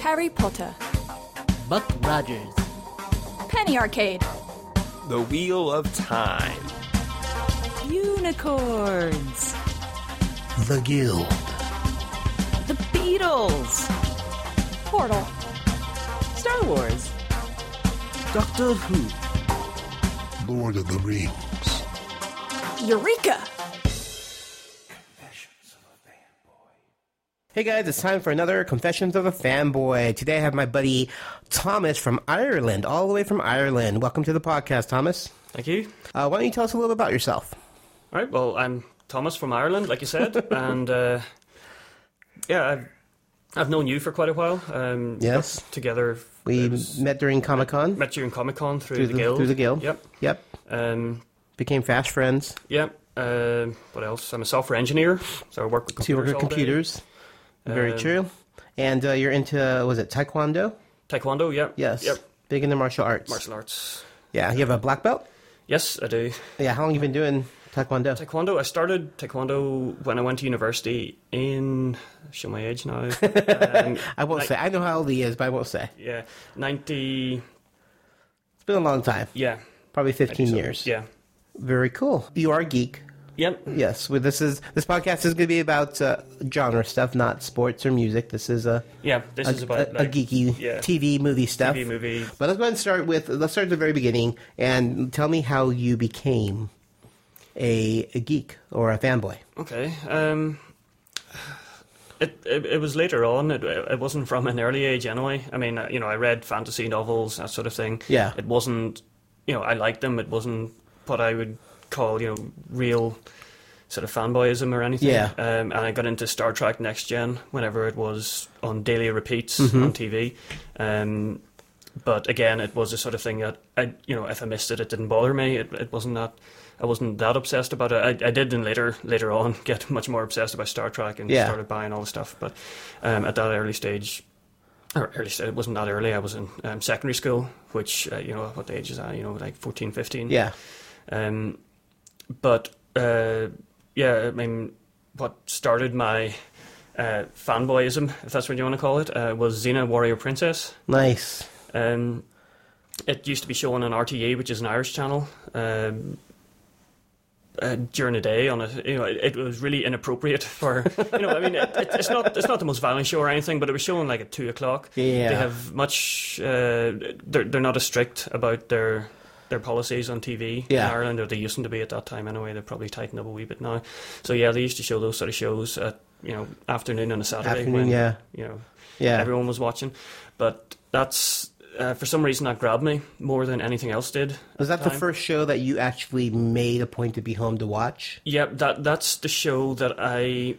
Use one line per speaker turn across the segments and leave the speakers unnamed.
Harry Potter,
Buck Rogers,
Penny Arcade,
The Wheel of Time.
Unicorns.
The Guild.
The Beatles.
Portal,
Star Wars.
Doctor Who,
Lord of the Rings.
Eureka!
Hey guys, it's time for another Confessions of a Fanboy. Today I have my buddy Thomas from Ireland, all the way from Ireland. Welcome to the podcast, Thomas.
Thank you.
Uh, why don't you tell us a little about yourself?
All right. Well, I'm Thomas from Ireland, like you said, and uh, yeah, I've, I've known you for quite a while. Um,
Yes.
Together,
We
it was-
met during Comic Con.
met you in Comic Con through,
Through
the,
the-
guild.
through the guild.
Yep.
Yep.
Um,
Became fast friends.
yeah. Um what else? I'm a software engineer, so I work with computers.
So you work with
all day.
computers. Very
Um,
true. And uh, you're into, was it Taekwondo?
Taekwondo. Yep.
Yes.
Yep.
Big into martial arts.
Martial arts.
Yeah. You have a black belt?
Yes, I do.
Yeah. How long you been doing Taekwondo?
Taekwondo. I started Taekwondo when I went to university in show my age now. Um,
I won't say. I know how old he is, but I won't say.
yeah, ninety.
It's been a long time.
Yeah,
Probably 15 years.
yeah,
Very cool. You are a geek.
yep.
Yes, well, this is this podcast is going to be about uh, genre stuff, not sports or music. This is a
Yeah, this
a,
is about
a- a
like,
geeky
yeah.
TV movie stuff.
TV movie.
But let's go ahead and start with let's start at the very beginning and tell me how you became a, a geek or a fanboy.
Okay. Um, it, it it was later on. It it wasn't from an early age anyway. I mean, uh, you know, I read fantasy novels that sort of thing.
Yeah.
It wasn't, you know, I liked them. It wasn't what I would call you know real sort of fanboyism or anything.
Yeah.
Um, and I got into Star Trek Next Gen whenever it was on daily repeats
Mm-hmm.
on TV. Um, but again, it was the sort of thing that I, you know, if I missed it, it didn't bother me. It, it wasn't that I wasn't that obsessed about it. I, I did, then later later on, get much more obsessed about Star Trek and
Yeah.
started buying all the stuff. But um, at that early stage, or early stage, it wasn't that early. I was in um, secondary school, which uh, you know what age is that? You know, like 14, 15.
Yeah,
Um, but uh, yeah, I mean, what started my uh, fanboyism, if that's what you want to call it, uh, was Xena Warrior Princess.
nice.
Um, it used to be shown on RTE, which is an Irish channel, um, uh, during the day. On a, you know, it, it was really inappropriate for you know. I mean, it, it, it's not it's not the most violent show or anything, but it was shown like at two o'clock.
Yeah.
They have much. Uh, they're they're not as strict about their their policies on TV
Yeah.
in Ireland, or they used to be at that time anyway. They're probably tightened up a wee bit now. So yeah, they used to show those sort of shows at you know afternoon on a Saturday
Afternoon,
when
yeah.
you know
Yeah,
everyone was watching. But that's uh, for some reason that grabbed me more than anything else did. at
was that the
time.
first show that you actually made a point to be home to watch?
Yep, that that's the show that I.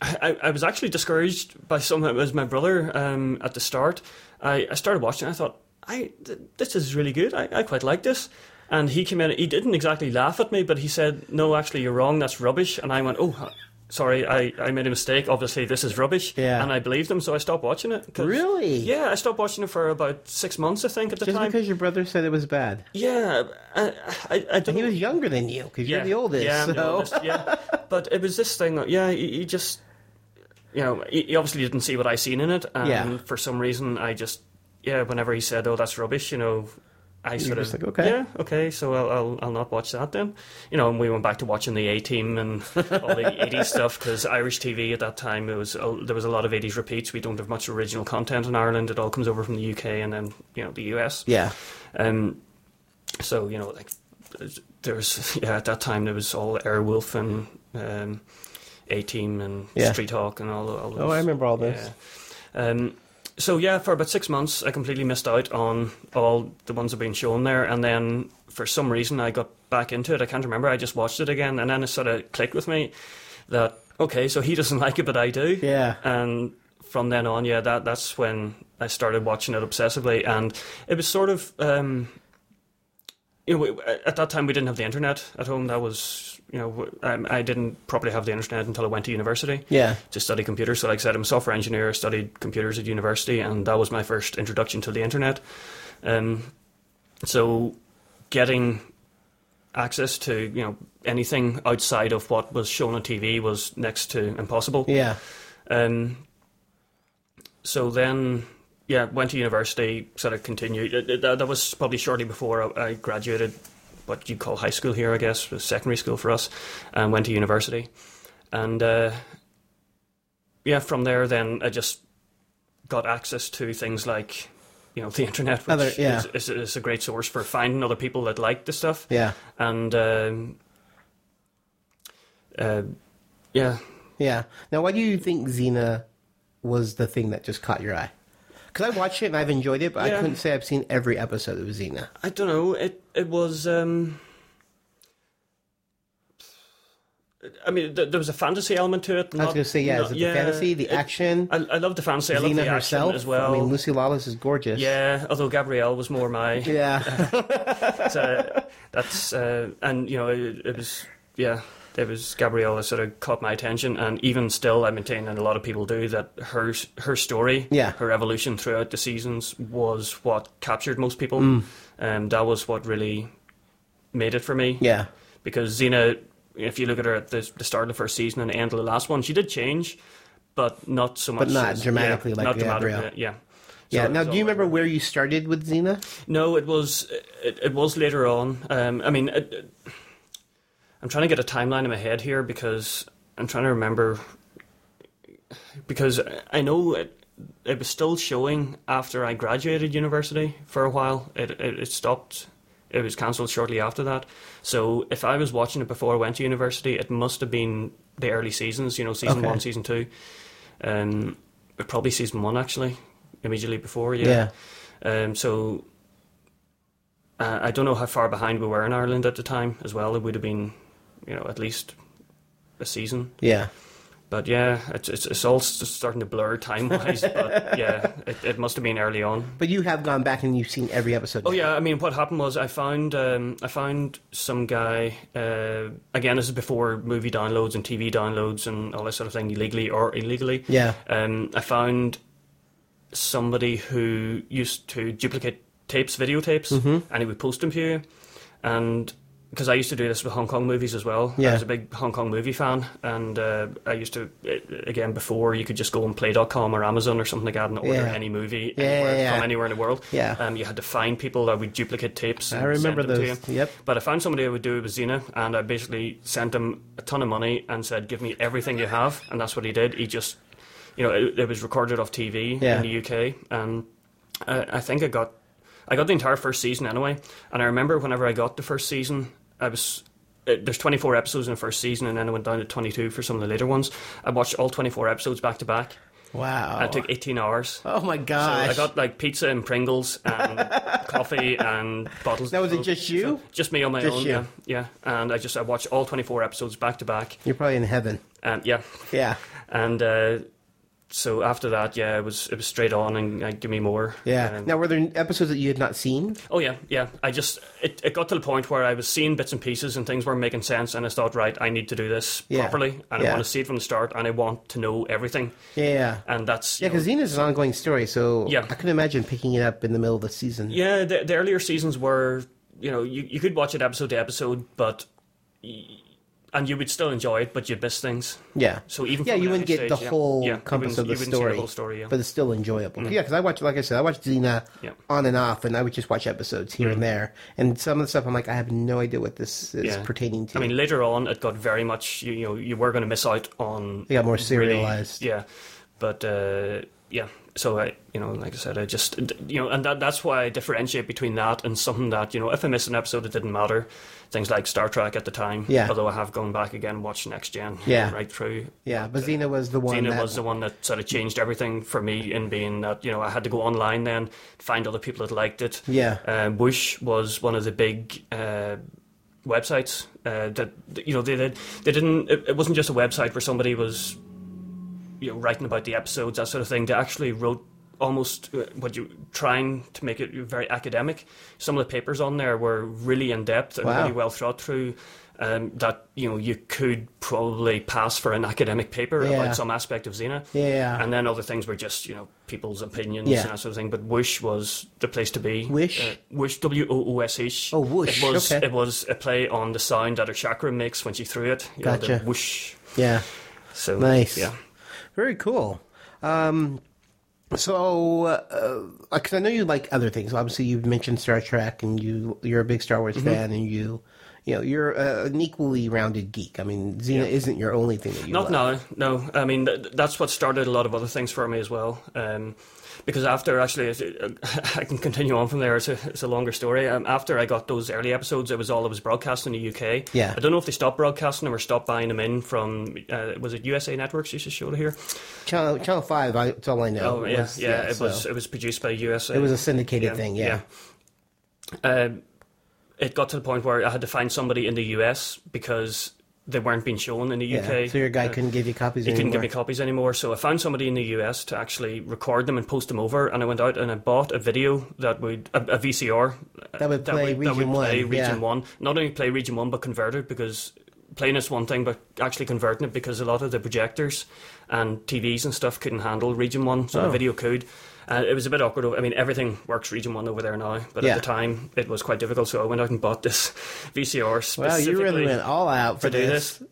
I, I was actually discouraged by some. It was my brother um, at the start. I, I started watching. I thought, I th- this is really good. I, I quite like this. And he came in. He didn't exactly laugh at me, but he said, "No, actually, you're wrong. That's rubbish." And I went, "Oh, sorry, I, I made a mistake. Obviously, this is rubbish."
Yeah.
And I believed him, so I stopped watching it. 'cause-
Really?
Yeah, I stopped watching it for about six months, I think, at the
Just
time.
because your brother said it was bad.
Yeah, I, I, I don't.
And he was younger than you because you're the oldest.
Yeah, I'm
so.
the oldest, yeah. But it was this thing that, yeah, he, he just, you know, he, he obviously didn't see what I seen in it. And
Yeah.
for some reason, I just, yeah, whenever he said, oh, that's rubbish, you know, I sort
just
of,
like, okay.
yeah, okay, so I'll, I'll, I'll not watch that then. You know, and we went back to watching the A Team and all the 80s stuff because Irish TV at that time, it was a, there was a lot of 80s repeats. We don't have much original content in Ireland. It all comes over from the UK and then, you know, the US.
yeah.
Um, so you know, like there was yeah at that time there was all Airwolf and um, A Team and
Yeah.
Street Hawk and all, all those.
Oh, I remember all those.
Yeah. Um, so yeah, for about six months, I completely missed out on all the ones that have been shown there, and then for some reason I got back into it. I can't remember. I just watched it again, and then it sort of clicked with me that okay, so he doesn't like it, but I do
Yeah.
and from then on, yeah, that that's when I started watching it obsessively, and it was sort of, um, you know, we- at that time we didn't have the internet at home. That was, you know, um, I, I didn't properly have the internet until I went to university
Yeah.
to study computers. So, like I said, I'm a software engineer. I studied computers at university, and that was my first introduction to the internet. Um, so, getting access to you know anything outside of what was shown on TV was next to impossible.
Yeah.
Um, So then, yeah, went to university, sort of continued. It- it- That, that was probably shortly before I, I graduated, what you call high school here, I guess, was secondary school for us, and went to university. And uh, yeah, from there, then I just got access to things like, you know, the internet, which
Other- yeah.
is, is, is a great source for finding other people that like the stuff
Yeah.
and um, uh, yeah,
Yeah. Now, why do you think Xena was the thing that just caught your eye? Because I watched it and I've enjoyed it, but I
Yeah.
couldn't say I've seen every episode of Xena.
I don't know. It it was. Um, I mean, th- there was a fantasy element to it.
I was going to say, yeah, is it the fantasy, the action,
I, I love the fantasy. I love
Xena
the
herself?
action as well.
I mean, Lucy Lawless is gorgeous.
yeah, although Gabrielle was more my.
Yeah.
That's, uh, that's uh, and you know it, it was yeah it was Gabrielle that sort of caught my attention and even still I maintain and a lot of people do that her her story
Yeah.
her evolution throughout the seasons was what captured most people
Mm.
um, that was what really made it for me
yeah.
because Xena if you look at her at the, the start of the first season and the end of the last one she did change but not so much
not
as-
dramatically
yeah,
like
not
Gabrielle.
dramatically, yeah
Yeah.
So it
now,
was
do you
all-
remember where you started with Xena?
no, it was it, it was later on. Um, I mean, it, it- I'm trying to get a timeline in my head here because I'm trying to remember because I know it, it was still showing after I graduated university for a while. It it, it stopped. It was cancelled shortly after that. So if I was watching it before I went to university, it must have been the early seasons. You know, season
Okay.
one, season two, um, probably season one actually, immediately before.
Yeah.
Um, so uh, I don't know how far behind we were in Ireland at the time as well. It would have been, you know, at least a season.
Yeah.
But yeah, it's it's, it's all s- starting to blur time wise. but yeah, it, it must have been early on.
But you have gone back and you've seen every episode.
Oh
now.
yeah, I mean, what happened was I found um, I found some guy. Uh, again, this is before movie downloads and TV downloads and all that sort of thing, legally or illegally.
Yeah.
Um, I found somebody who used to duplicate tapes, videotapes,
Mm-hmm.
and he would post them to you. And because I used to do this with Hong Kong movies as well,
Yeah.
I was a big Hong Kong movie fan, and uh, I used to uh, again before you could just go on Play.com or Amazon or something like that and order
Yeah.
any movie
Yeah,
anywhere,
yeah, yeah.
from anywhere in the world.
Yeah.
Um, you had to find people that would duplicate tapes.
I
and
remember
send them
those,
To you.
yep.
But I found somebody who would do it with Xena, and I basically sent him a ton of money and said, "Give me everything you have," and that's what he did. He just, you know, it, it was recorded off TV
Yeah.
in the UK, and I, I think I got, I got the entire first season anyway. And I remember whenever I got the first season, I was. It, there's 24 episodes in the first season, and then I went down to 22 for some of the later ones. I watched all 24 episodes back to back.
Wow.
It took 18 hours.
oh my
So I
gosh.
got like pizza and Pringles and coffee and bottles.
Now, was it
of-
just you?
just me on my
Just
own.
you.
Yeah, yeah. And I just I watched all twenty four episodes back to back.
You're probably in heaven.
And yeah,
Yeah.
and uh, so after that, yeah, it was it was straight on and uh, give me more.
Yeah.
Um,
now, were there episodes that you had not seen?
oh yeah, yeah. I just it, it got to the point where I was seeing bits and pieces and things weren't making sense, and I thought, right, I need to do this
Yeah.
properly, and
Yeah.
I want to see it from the start, and I want to know everything,
Yeah.
and that's
Yeah,
you know,
because Xena's an ongoing story, so
Yeah.
I can imagine picking it up in the middle of the season.
Yeah, the, the earlier seasons were, you know, you, you could watch it episode to episode, but y- and you would still enjoy it, but you'd miss things.
Yeah.
So even
yeah,
from
you
an
wouldn't
early
get the
stage, yeah.
whole
Yeah, you
compass
wouldn't-
of the
you wouldn't see
story,
whole story, yeah. Mm.
but it's still enjoyable. Yeah, because I watch, like I said, I watched Xena
Yeah. Mm.
on and off, and I would just watch episodes here and there, and some of the stuff I'm like, I have no idea what this is
Yeah.
pertaining to.
I mean, later on, it got very much. You, you know, you were going to miss out on.
They got more
really-
serialized.
yeah, but uh, yeah. So I, you know, like I said, I just, d- you know, and that, that's why I differentiate between that and something that, you know, if I miss an episode, it didn't matter. Things like Star Trek at the time.
Yeah.
Although I have gone back again, and watched Next Gen.
Yeah.
Right through.
yeah, but Xena was the one.
Xena
that,
was the one that sort of changed everything for me in being that, you know, I had to go online then, find other people that liked it.
Yeah.
Um, Whoosh was one of the big uh, websites uh, that, that, you know, they, did, they didn't, it, it wasn't just a website where somebody was, you know, writing about the episodes, that sort of thing. They actually wrote almost uh, what you trying to make it very academic. Some of the papers on there were really in depth and
Wow.
really well thought through. Um, that you know you could probably pass for an academic paper
Yeah.
about some aspect of Xena.
Yeah.
And then other things were just, you know, people's opinions
Yeah.
and that sort of thing. But Whoosh was the place to be.
Whoosh?
Uh, Whoosh, W O O S H.
Oh, Whoosh,
It was,
okay.
it was a play on the sound that her chakra makes when she threw it. You Know,
Gotcha.
the whoosh.
Yeah,
So,
Nice.
Yeah.
very cool. Um, So, uh, because I know you like other things. Obviously, you've mentioned Star Trek, and you you're a big Star
Mm-hmm.
Wars fan, and you you know you're uh, an equally rounded geek. I mean, Xena isn't your only thing that you
Not
love.
now, no. I mean, th- that's what started a lot of other things for me as well. Um, because after, actually, it- I can continue on from there. It's a, it's a longer story. Um, after I got those early episodes, it was all that was broadcast in the UK.
Yeah.
I don't know if they stopped broadcasting them or stopped buying them in from, uh, was it USA Networks used to show it here?
Channel, Channel Five. I, that's all I know.
Oh, yeah,
Was-
yeah, It
so
was it was produced by USA.
it was a syndicated thing. Yeah.
yeah. Um, it got to the point where I had to find somebody in the US because they weren't being shown in the
Yeah.
UK.
So your guy
Uh,
couldn't give you copies.
he couldn't give me
anymore.
copies anymore, so I found somebody in the US to actually record them and post them over. And I went out and I bought a video that would a, a VCR uh,
That would play Region
play
One,
Region
yeah.
One. Not only play Region One, but convert it because playing is one thing, but actually converting it because a lot of the projectors and TVs and stuff couldn't handle Region One,
Oh.
so the video could. Uh, it was a bit awkward. I mean, everything works Region One over there now, but
Yeah.
at the time it was quite difficult. So I went out and bought this VCR specifically
Well, you really went all out for
to do
this.
this.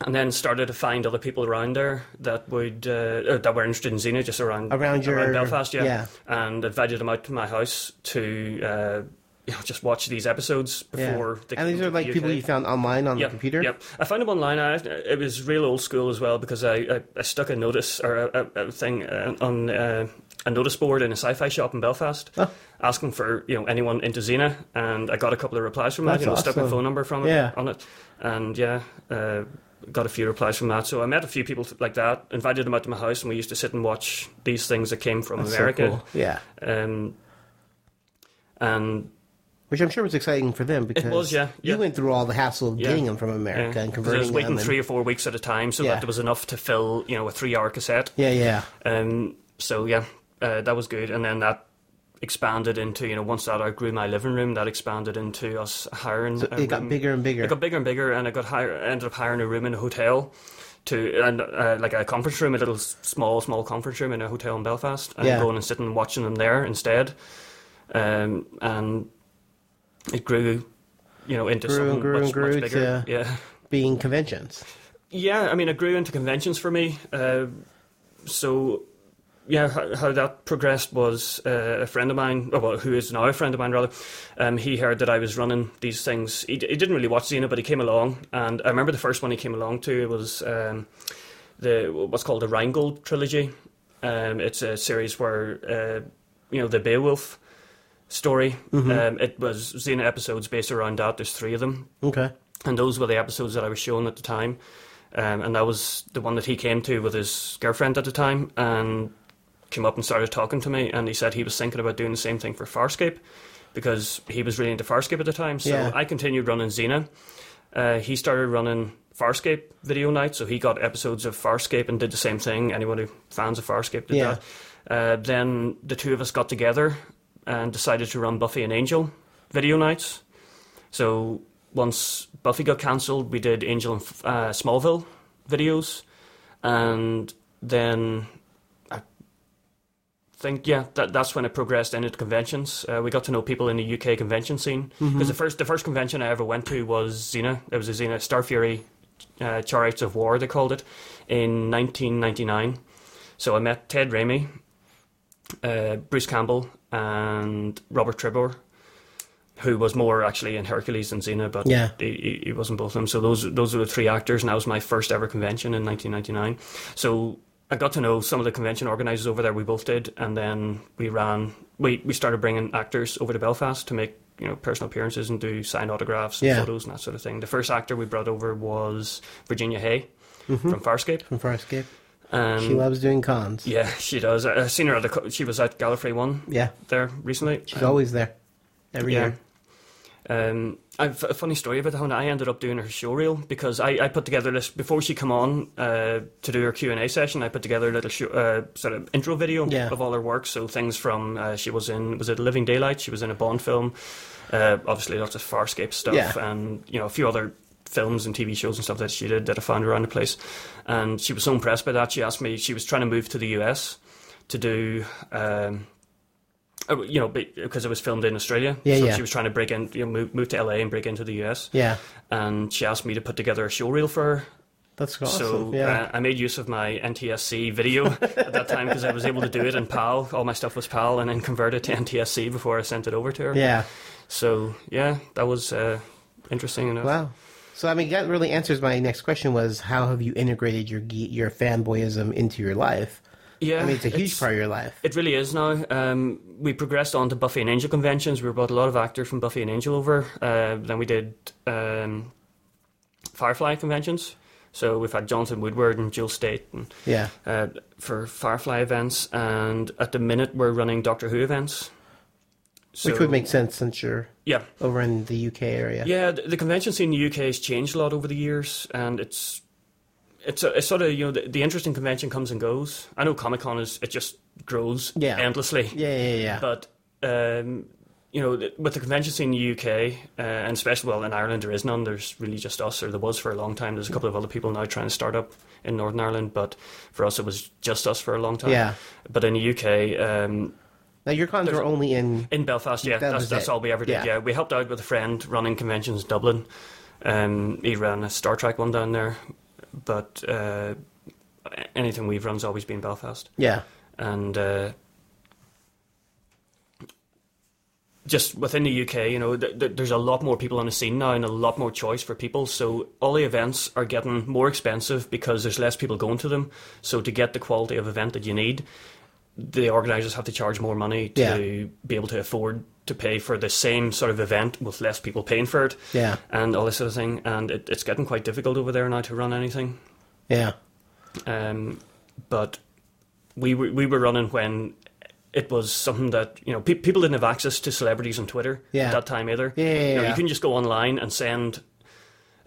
And then started to find other people around there that would uh, or that were interested in Xena, just around
Around your-
Belfast, yeah.
yeah.
And invited them out to my house to uh, you know, just watch these episodes
Yeah.
before. They
and these
came
are
to
like
the
people
UK.
you found online on
Yep,
the computer.
Yep, I found them online. I, it was real old school as well because I, I, I stuck a notice or a, a, a thing uh, on uh, a notice board in a sci-fi shop in Belfast,
Oh.
asking for you know anyone into Xena, and I got a couple of replies from
That's
that. You know, stuck my
awesome.
phone number from it
Yeah.
on it, and yeah. Uh, Got a few replies from that, so I met a few people like that. Invited them out to my house, and we used to sit and watch these things that came from
So
America.
cool. Yeah.
um, and
Which I'm sure was exciting for them because
was, yeah, yeah.
you went through all the hassle of
Yeah.
getting them from America
Yeah.
and
'Cause I was
converting
waiting
them. and-
three or four weeks at a time, so
Yeah.
that there was enough to fill, you know, a three-hour cassette.
yeah, yeah.
Um, so yeah, uh, that was good, and then that expanded into you know once that outgrew my living room, that expanded into us hiring. a
It got
room.
bigger and bigger.
It got bigger and bigger, and I got hire, ended up hiring a room in a hotel, to and uh, like a conference room, a little s- small small conference room in a hotel in Belfast, and
Yeah.
going and sitting and watching them there instead, um, and it grew, you know, into
Grew and
something
grew
much,
and grew
much bigger.
to-
yeah.
Being conventions.
Yeah, I mean, it grew into conventions for me. Uh, so, yeah, how, how that progressed was uh, a friend of mine, or well, who is now a friend of mine, rather, um, he heard that I was running these things. He, d- he didn't really watch Xena, but he came along, and I remember the first one he came along to was um, the what's called the Rheingold trilogy. Um, it's a series where, uh, you know, the Beowulf story. Um, it was Xena episodes based around that. There's three of them
Okay.
and those were the episodes that I was shown at the time, um, and that was the one that he came to with his girlfriend at the time, and came up and started talking to me, and he said he was thinking about doing the same thing for Farscape, because he was really into Farscape at the time. So
Yeah.
I continued running Xena. Uh, he started running Farscape video night, so he got episodes of Farscape and did the same thing. Anyone who fans of Farscape did
Yeah.
that. Uh, then the two of us got together and decided to run Buffy and Angel video nights. So once Buffy got cancelled, we did Angel and uh, Smallville videos, and then I think yeah, that that's when it progressed into conventions. Uh, we got to know people in the UK convention scene because the first the first convention I ever went to was Xena. It was a Xena Star Fury uh, Chariots of War they called it in 1999. So I met Ted Raimi, uh, Bruce Campbell, and Robert Tribor who was more actually in Hercules than Xena, but
Yeah.
he- he, he wasn't both of them. So those those were the three actors, and that was my first ever convention in 1999. So I got to know some of the convention organisers over there. We both did, and then we ran. We we started bringing actors over to Belfast to make you know personal appearances and do signed autographs and
Yeah.
photos and that sort of thing. The first actor we brought over was Virginia Hay from Farscape.
From Farscape.
And
Mm-hmm. She loves doing cons.
Mm. yeah, she does. I, I've seen her at the. co- She was at Gallifrey One
Yeah.
there recently. Um,
She's always there. Every
Yeah.
year.
Um, I've a funny story about how I ended up doing her show reel because I, I put together this before she come on uh, to do her Q and A session. I put together a little show, uh, sort of intro video
Yeah.
of all her work. So things from uh, she was in was it Living Daylight? She was in a Bond film. Uh, obviously, lots of Farscape stuff
Yeah.
and you know a few other films and TV shows and stuff that she did that I found around the place. And she was so impressed by that. She asked me she was trying to move to the US to do. Um, uh, you know, be- because it was filmed in Australia,
Yeah,
so
yeah.
she was trying to break in, you know, move, move to LA and break into the US.
Yeah.
And she asked me to put together a show reel for her.
That's awesome.
So
yeah.
uh, I made use of my NTSC video at that time because I was able to do it in PAL. All my stuff was PAL, and then convert it to NTSC before I sent it over to her.
yeah.
So yeah, that was uh, interesting enough.
Wow. So I mean, that really answers my next question: was how have you integrated your ge- your fanboyism into your life?
Yeah,
I mean, it's a huge
it's-
part of your life.
It really is now. Um, we progressed on to Buffy and Angel conventions. We brought a lot of actors from Buffy and Angel over. Uh, then we did um, Firefly conventions. So we've had Jonathan Woodward and Jill State and,
yeah.
uh, for Firefly events. And at the minute, we're running Doctor Who events. So,
Which would make sense since you're
Yeah.
over in the UK area.
Yeah, the, the convention scene in the UK has changed a lot over the years, and it's it's, a, it's sort of you know the, the interesting convention comes and goes. I know Comic Con is it just grows
Yeah.
endlessly.
Yeah, yeah, yeah.
But um, you know, th- with the convention scene in the UK, uh, and especially well in Ireland, there is none. There's really just us, or there was for a long time. There's a couple of other people now trying to start up in Northern Ireland, but for us, it was just us for a long time.
Yeah.
But in the UK, um,
now your cons are only in.
in Belfast, yeah,
That
that's,
was
that's
it.
all we ever did.
Yeah.
Yeah. we helped out with a friend running conventions in Dublin. Um, he ran a Star Trek one down there, but uh, anything we've run's always been Belfast
Yeah.
and uh, just within the UK, you know, th- th- there's a lot more people on the scene now and a lot more choice for people. So all the events are getting more expensive because there's less people going to them. So to get the quality of event that you need, the organisers have to charge more money to
Yeah.
be able to afford to pay for the same sort of event with less people paying for it.
Yeah.
And all this sort of thing. And it, it's getting quite difficult over there now to run anything.
Yeah.
Um, but we were, we were running when it was something that you know pe- people didn't have access to celebrities on Twitter
Yeah.
at that time either.
Yeah, yeah,
you, know,
yeah.
you can just go online and send.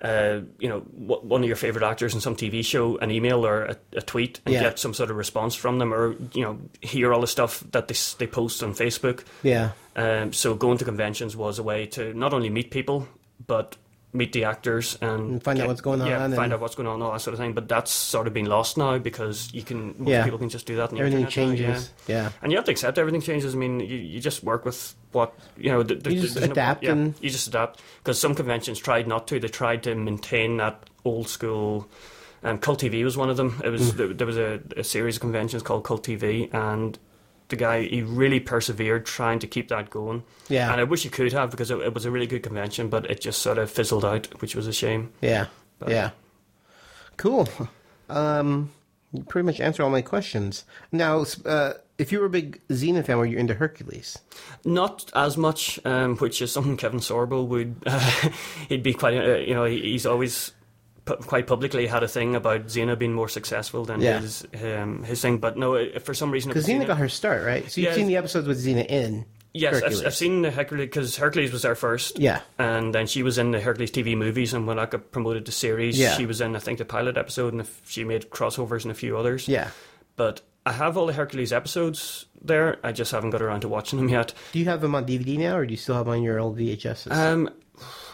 Uh, you know, wh- one of your favorite actors in some TV show, an email or a, a tweet, and
Yeah.
get some sort of response from them, or you know, hear all the stuff that they s- they post on Facebook.
Yeah.
Um, so going to conventions was a way to not only meet people, but meet the actors and,
And find out what's going
yeah,
on and-
find out what's going on, all that sort of thing. But that's sort of been lost now because you can most
Yeah.
people can just do that. On the
Everything
internet now,
changes.
yeah.
Yeah.
and you have to accept everything changes. I mean, you, you just work with what you know. th- th-
You just
there's no-
adapt
yeah,
and-
you just adapt because some conventions tried not to. They tried to maintain that old school. Um, Cult TV was one of them. It
Mm.
was there, there was a, a series of conventions called Cult TV, and the guy he really persevered trying to keep that going.
Yeah.
and I wish he could have because it, it was a really good convention, but it just sort of fizzled out, which was a shame.
Yeah.
But-
yeah. Cool. Um, you pretty much answered all my questions. Now, s- uh, if you were a big Xena fan, were you into Hercules?
Not as much, um, which is something Kevin Sorbo would. Uh, he'd be quite, uh, you know, he, he's always pu- quite publicly had a thing about Xena being more successful than
Yeah.
his um, his thing. But no, uh, for some reason, it
Because
was
Xena got her start, right? So you've
Yeah.
seen the episodes with Xena in.
Yes, I've,
Hercules.
I've seen the Hercules because Hercules was there first.
Yeah.
and then she was in the Hercules TV movies, and when I got promoted to series,
Yeah.
she was in I think the pilot episode, and if she made crossovers and a few others.
Yeah.
but I have all the Hercules episodes there. I just haven't got around to watching them yet.
Do you have them on DVD now, or do you still have them on your old VHSs?
Um,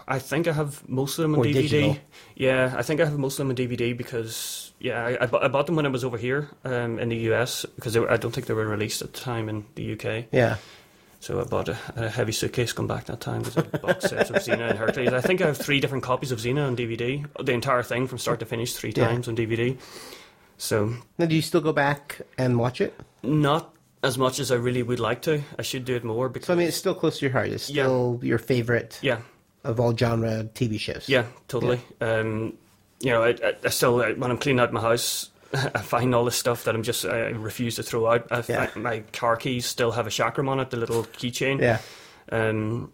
I think I have most of them on
Or
DVD.
digital.
Yeah, I think I have most of them on DVD because yeah, I, I, bu- I bought them when I was over here um, in the US because they were, I don't think they were released at the time in the UK.
yeah.
So I bought a, a heavy suitcase come back that time with a box sets of Xena and Hercules. I think I have three different copies of Xena on DVD, the entire thing from start to finish, three
Yeah.
times on DVD. So
Now, do you still go back and watch it?
not as much as I really would like to. I should do it more because
So, I mean, it's still close to your heart. It's
Yeah.
still your favorite
yeah,
of all genre TV shows.
Yeah, totally. Um, you know, I, I, I still I, when I'm cleaning out my house, I find all this stuff that I'm just I refuse to throw out. I,
Yeah.
I, my car keys still have a chakram on it, the little keychain.
Yeah.
Um,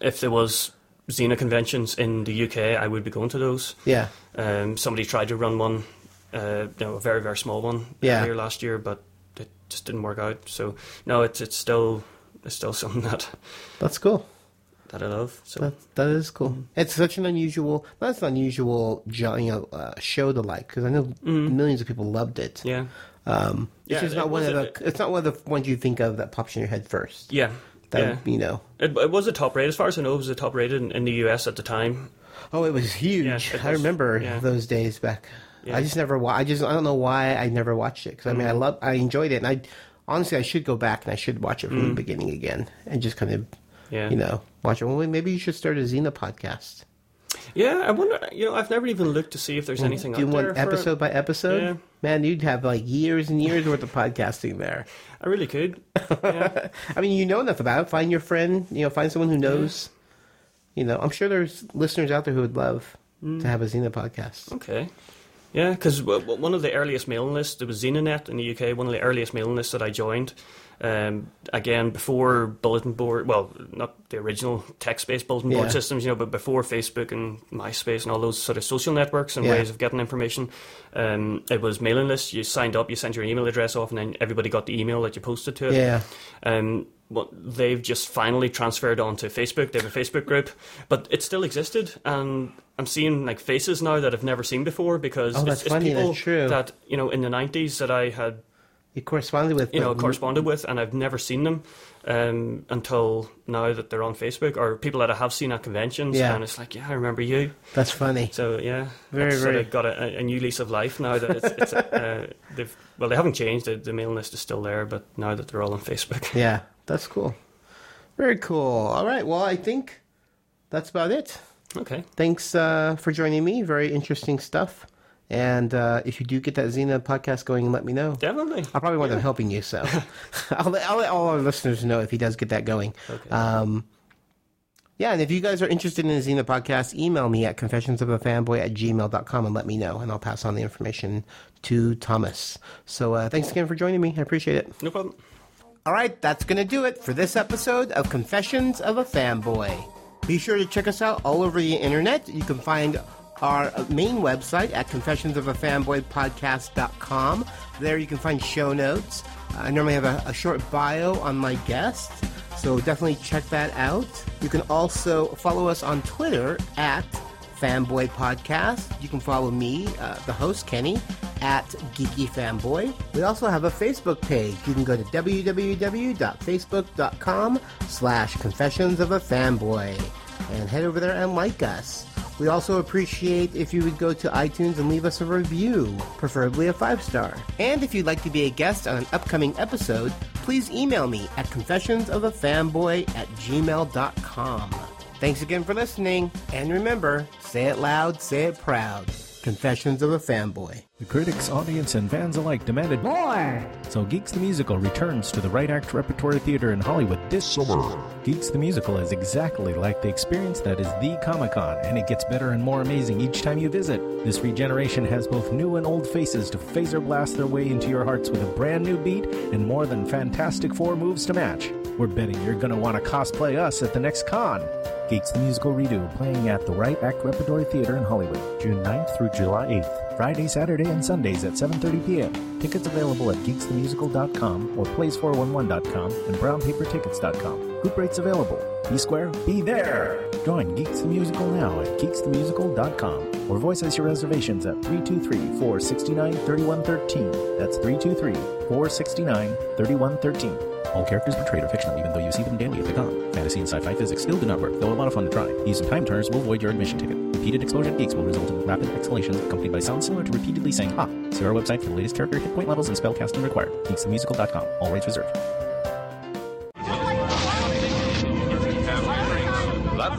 if there was Xena conventions in the UK, I would be going to those.
Yeah.
Um, somebody tried to run one, uh, you know, a very very small one
Yeah.
earlier last year, but it just didn't work out. So no, it's it's still it's still something that
That's cool.
that I love. So.
That, that is cool. It's such an unusual, that's an unusual jo- you know, uh, show to like because I know millions of people loved it.
Mm-hmm. yeah,
Um,
Yeah,
it's just
it
not one of
was
the. it's not one of the ones you think of that pops in your head first.
yeah, yeah.
That you know.
It, it was a top rate, as far as I know, it was a top rated in, in the US at the time.
Oh, it was huge.
Yeah, it
I
was-
remember
yeah.
those days back.
Yeah. Mm-hmm.
I just never. wa- I just. I don't know why I never watched it because I mean I love. I enjoyed it, and I honestly I should go back and I should watch it from the beginning again and just kind of,
Mm. Yeah.
you know, watch it. Well, maybe you should start a Xena podcast.
Yeah, I wonder. You know, I've never even looked to see if there's anything
Mm-hmm. Do you
out
want
there for it.
episode by episode?
Yeah.
Man, you'd have like years and years worth of podcasting there.
I really could. Yeah.
I mean, you know enough about it. Find your friend. You know, find someone who knows. You know, I'm sure there's listeners out there who would love
Mm.
to have a Xena podcast.
okay. Yeah, because one of the earliest mailing lists, there was Xenonet in the UK, one of the earliest mailing lists that I joined. Um, again, before bulletin board, well, not the original text based bulletin
Yeah.
board systems, you know, but before Facebook and MySpace and all those sort of social networks and
Yeah.
ways of getting information, um, it was mailing lists. You signed up, you sent your email address off, and then everybody got the email that you posted to it.
Yeah.
Um, well, they've just finally transferred onto Facebook. They have a Facebook group, but it still existed, and I'm seeing like faces now that I've never seen before because
Oh,
it's,
that's
it's
funny, that's
people
true.
that you know in the '90s that I had
You corresponded with
you know
the-
corresponded with, and I've never seen them um, until now that they're on Facebook, or people that I have seen at conventions,
Yeah.
and it's like, yeah, I remember you.
That's funny.
So yeah,
Very,
I've sort
very-
of got a, a new lease of life now that it's, it's uh, they've well they haven't changed the, the mailing list is still there, but now that they're all on Facebook.
Yeah, that's cool. Very cool. All right. Well, I think that's about it.
Okay.
Thanks uh, for joining me. Very interesting stuff. And uh, if you do get that Xena podcast going, let me know.
Definitely.
I probably want them helping you, so I'll, let, I'll let all our listeners know if he does get that going.
Okay.
Um, yeah, and if you guys are interested in the Xena podcast, email me at confessionsofafanboy at gmail.com and let me know, and I'll pass on the information to Thomas. So uh, thanks again for joining me. I appreciate it.
No problem.
All right, that's going to do it for this episode of Confessions of a Fanboy. Be sure to check us out all over the internet. You can find our main website at confessionsofafanboypodcast.com. There you can find show notes. I normally have a, a short bio on my guests, so definitely check that out. You can also follow us on Twitter at Fanboy Podcast. You can follow me, uh, the host, Kenny, at Geeky Fanboy. We also have a Facebook page. You can go to www.facebook.com slash confessions of a fanboy and head over there and like us. We also appreciate if you would go to iTunes and leave us a review, preferably a five star. And if you'd like to be a guest on an upcoming episode, please email me at confessionsofafanboy at gmail.com. Thanks again for listening, and remember say it loud, say it proud. Confessions of a Fanboy.
The critics, audience, and fans alike demanded more! So Geeks the Musical returns to the Right Act Repertory Theater in Hollywood this summer. Geeks the Musical is exactly like the experience that is the Comic Con, and it gets better and more amazing each time you visit. This regeneration has both new and old faces to phaser blast their way into your hearts with a brand new beat and more than fantastic four moves to match. We're betting you're going to want to cosplay us at the next con. Geeks the Musical Redo, playing at the Right Act Repertory Theater in Hollywood, June 9th through July 8th, Friday, Saturday, and Sundays at 7.30 p.m. Tickets available at geeksthemusical.com or plays411.com and brownpapertickets.com. Group rates available. Be square, be there! Join Geeks the Musical now at geeksthemusical.com or voice us your reservations at 323-469-3113. That's 323-469-3113. All characters portrayed are fictional, even though you see them daily at the con. Fantasy and sci-fi physics still do not work, though a lot of fun to try. Use of time turners will void your admission ticket. Repeated exposure to geeks will result in rapid exhalations accompanied by sounds similar to repeatedly saying "ha." See our website for the latest character hit point levels and spell casting required. Geeksthemusical.com. All rights reserved.
That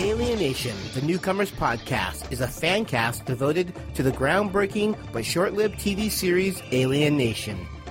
Alienation, the Newcomers Podcast, is a fan cast devoted to the groundbreaking but short lived TV series Alienation.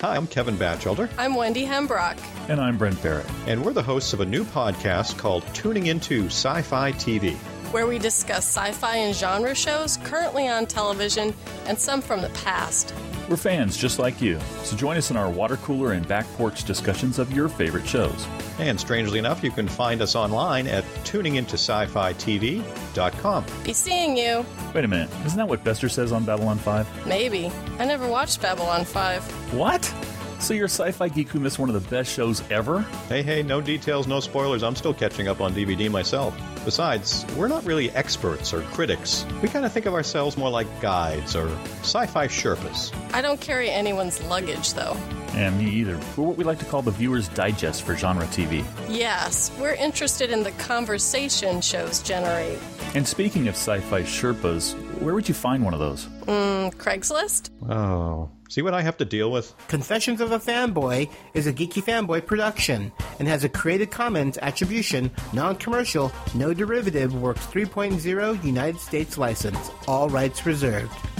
Hi, I'm Kevin Batchelder,
I'm Wendy Hembrock.
And I'm Brent Barrett.
and we're the hosts of a new podcast called Tuning Into Sci Fi TV.
where we discuss sci fi and genre shows currently on television and some from the past.
We're fans just like you, so join us in our water cooler and back porch discussions of your favorite shows.
And strangely enough, you can find us online at tuningintoscifitv.com.
Be seeing you.
Wait a minute, isn't that what Bester says on Babylon 5?
Maybe. I never watched Babylon 5.
What? So you're a sci-fi geek who missed one of the best shows ever?
Hey, hey, no details, no spoilers. I'm still catching up on DVD myself. Besides, we're not really experts or critics. We kind of think of ourselves more like guides or sci-fi sherpas.
I don't carry anyone's luggage, though.
And me either. We're what we like to call the viewer's digest for genre TV.
Yes, we're interested in the conversation shows generate.
And speaking of sci-fi sherpas, where would you find one of those?
Mm, Craigslist?
Oh. See what I have to deal with?
Confessions of a Fanboy is a geeky fanboy production and has a Creative Commons attribution, non commercial, no derivative Works 3.0 United States license. All rights reserved.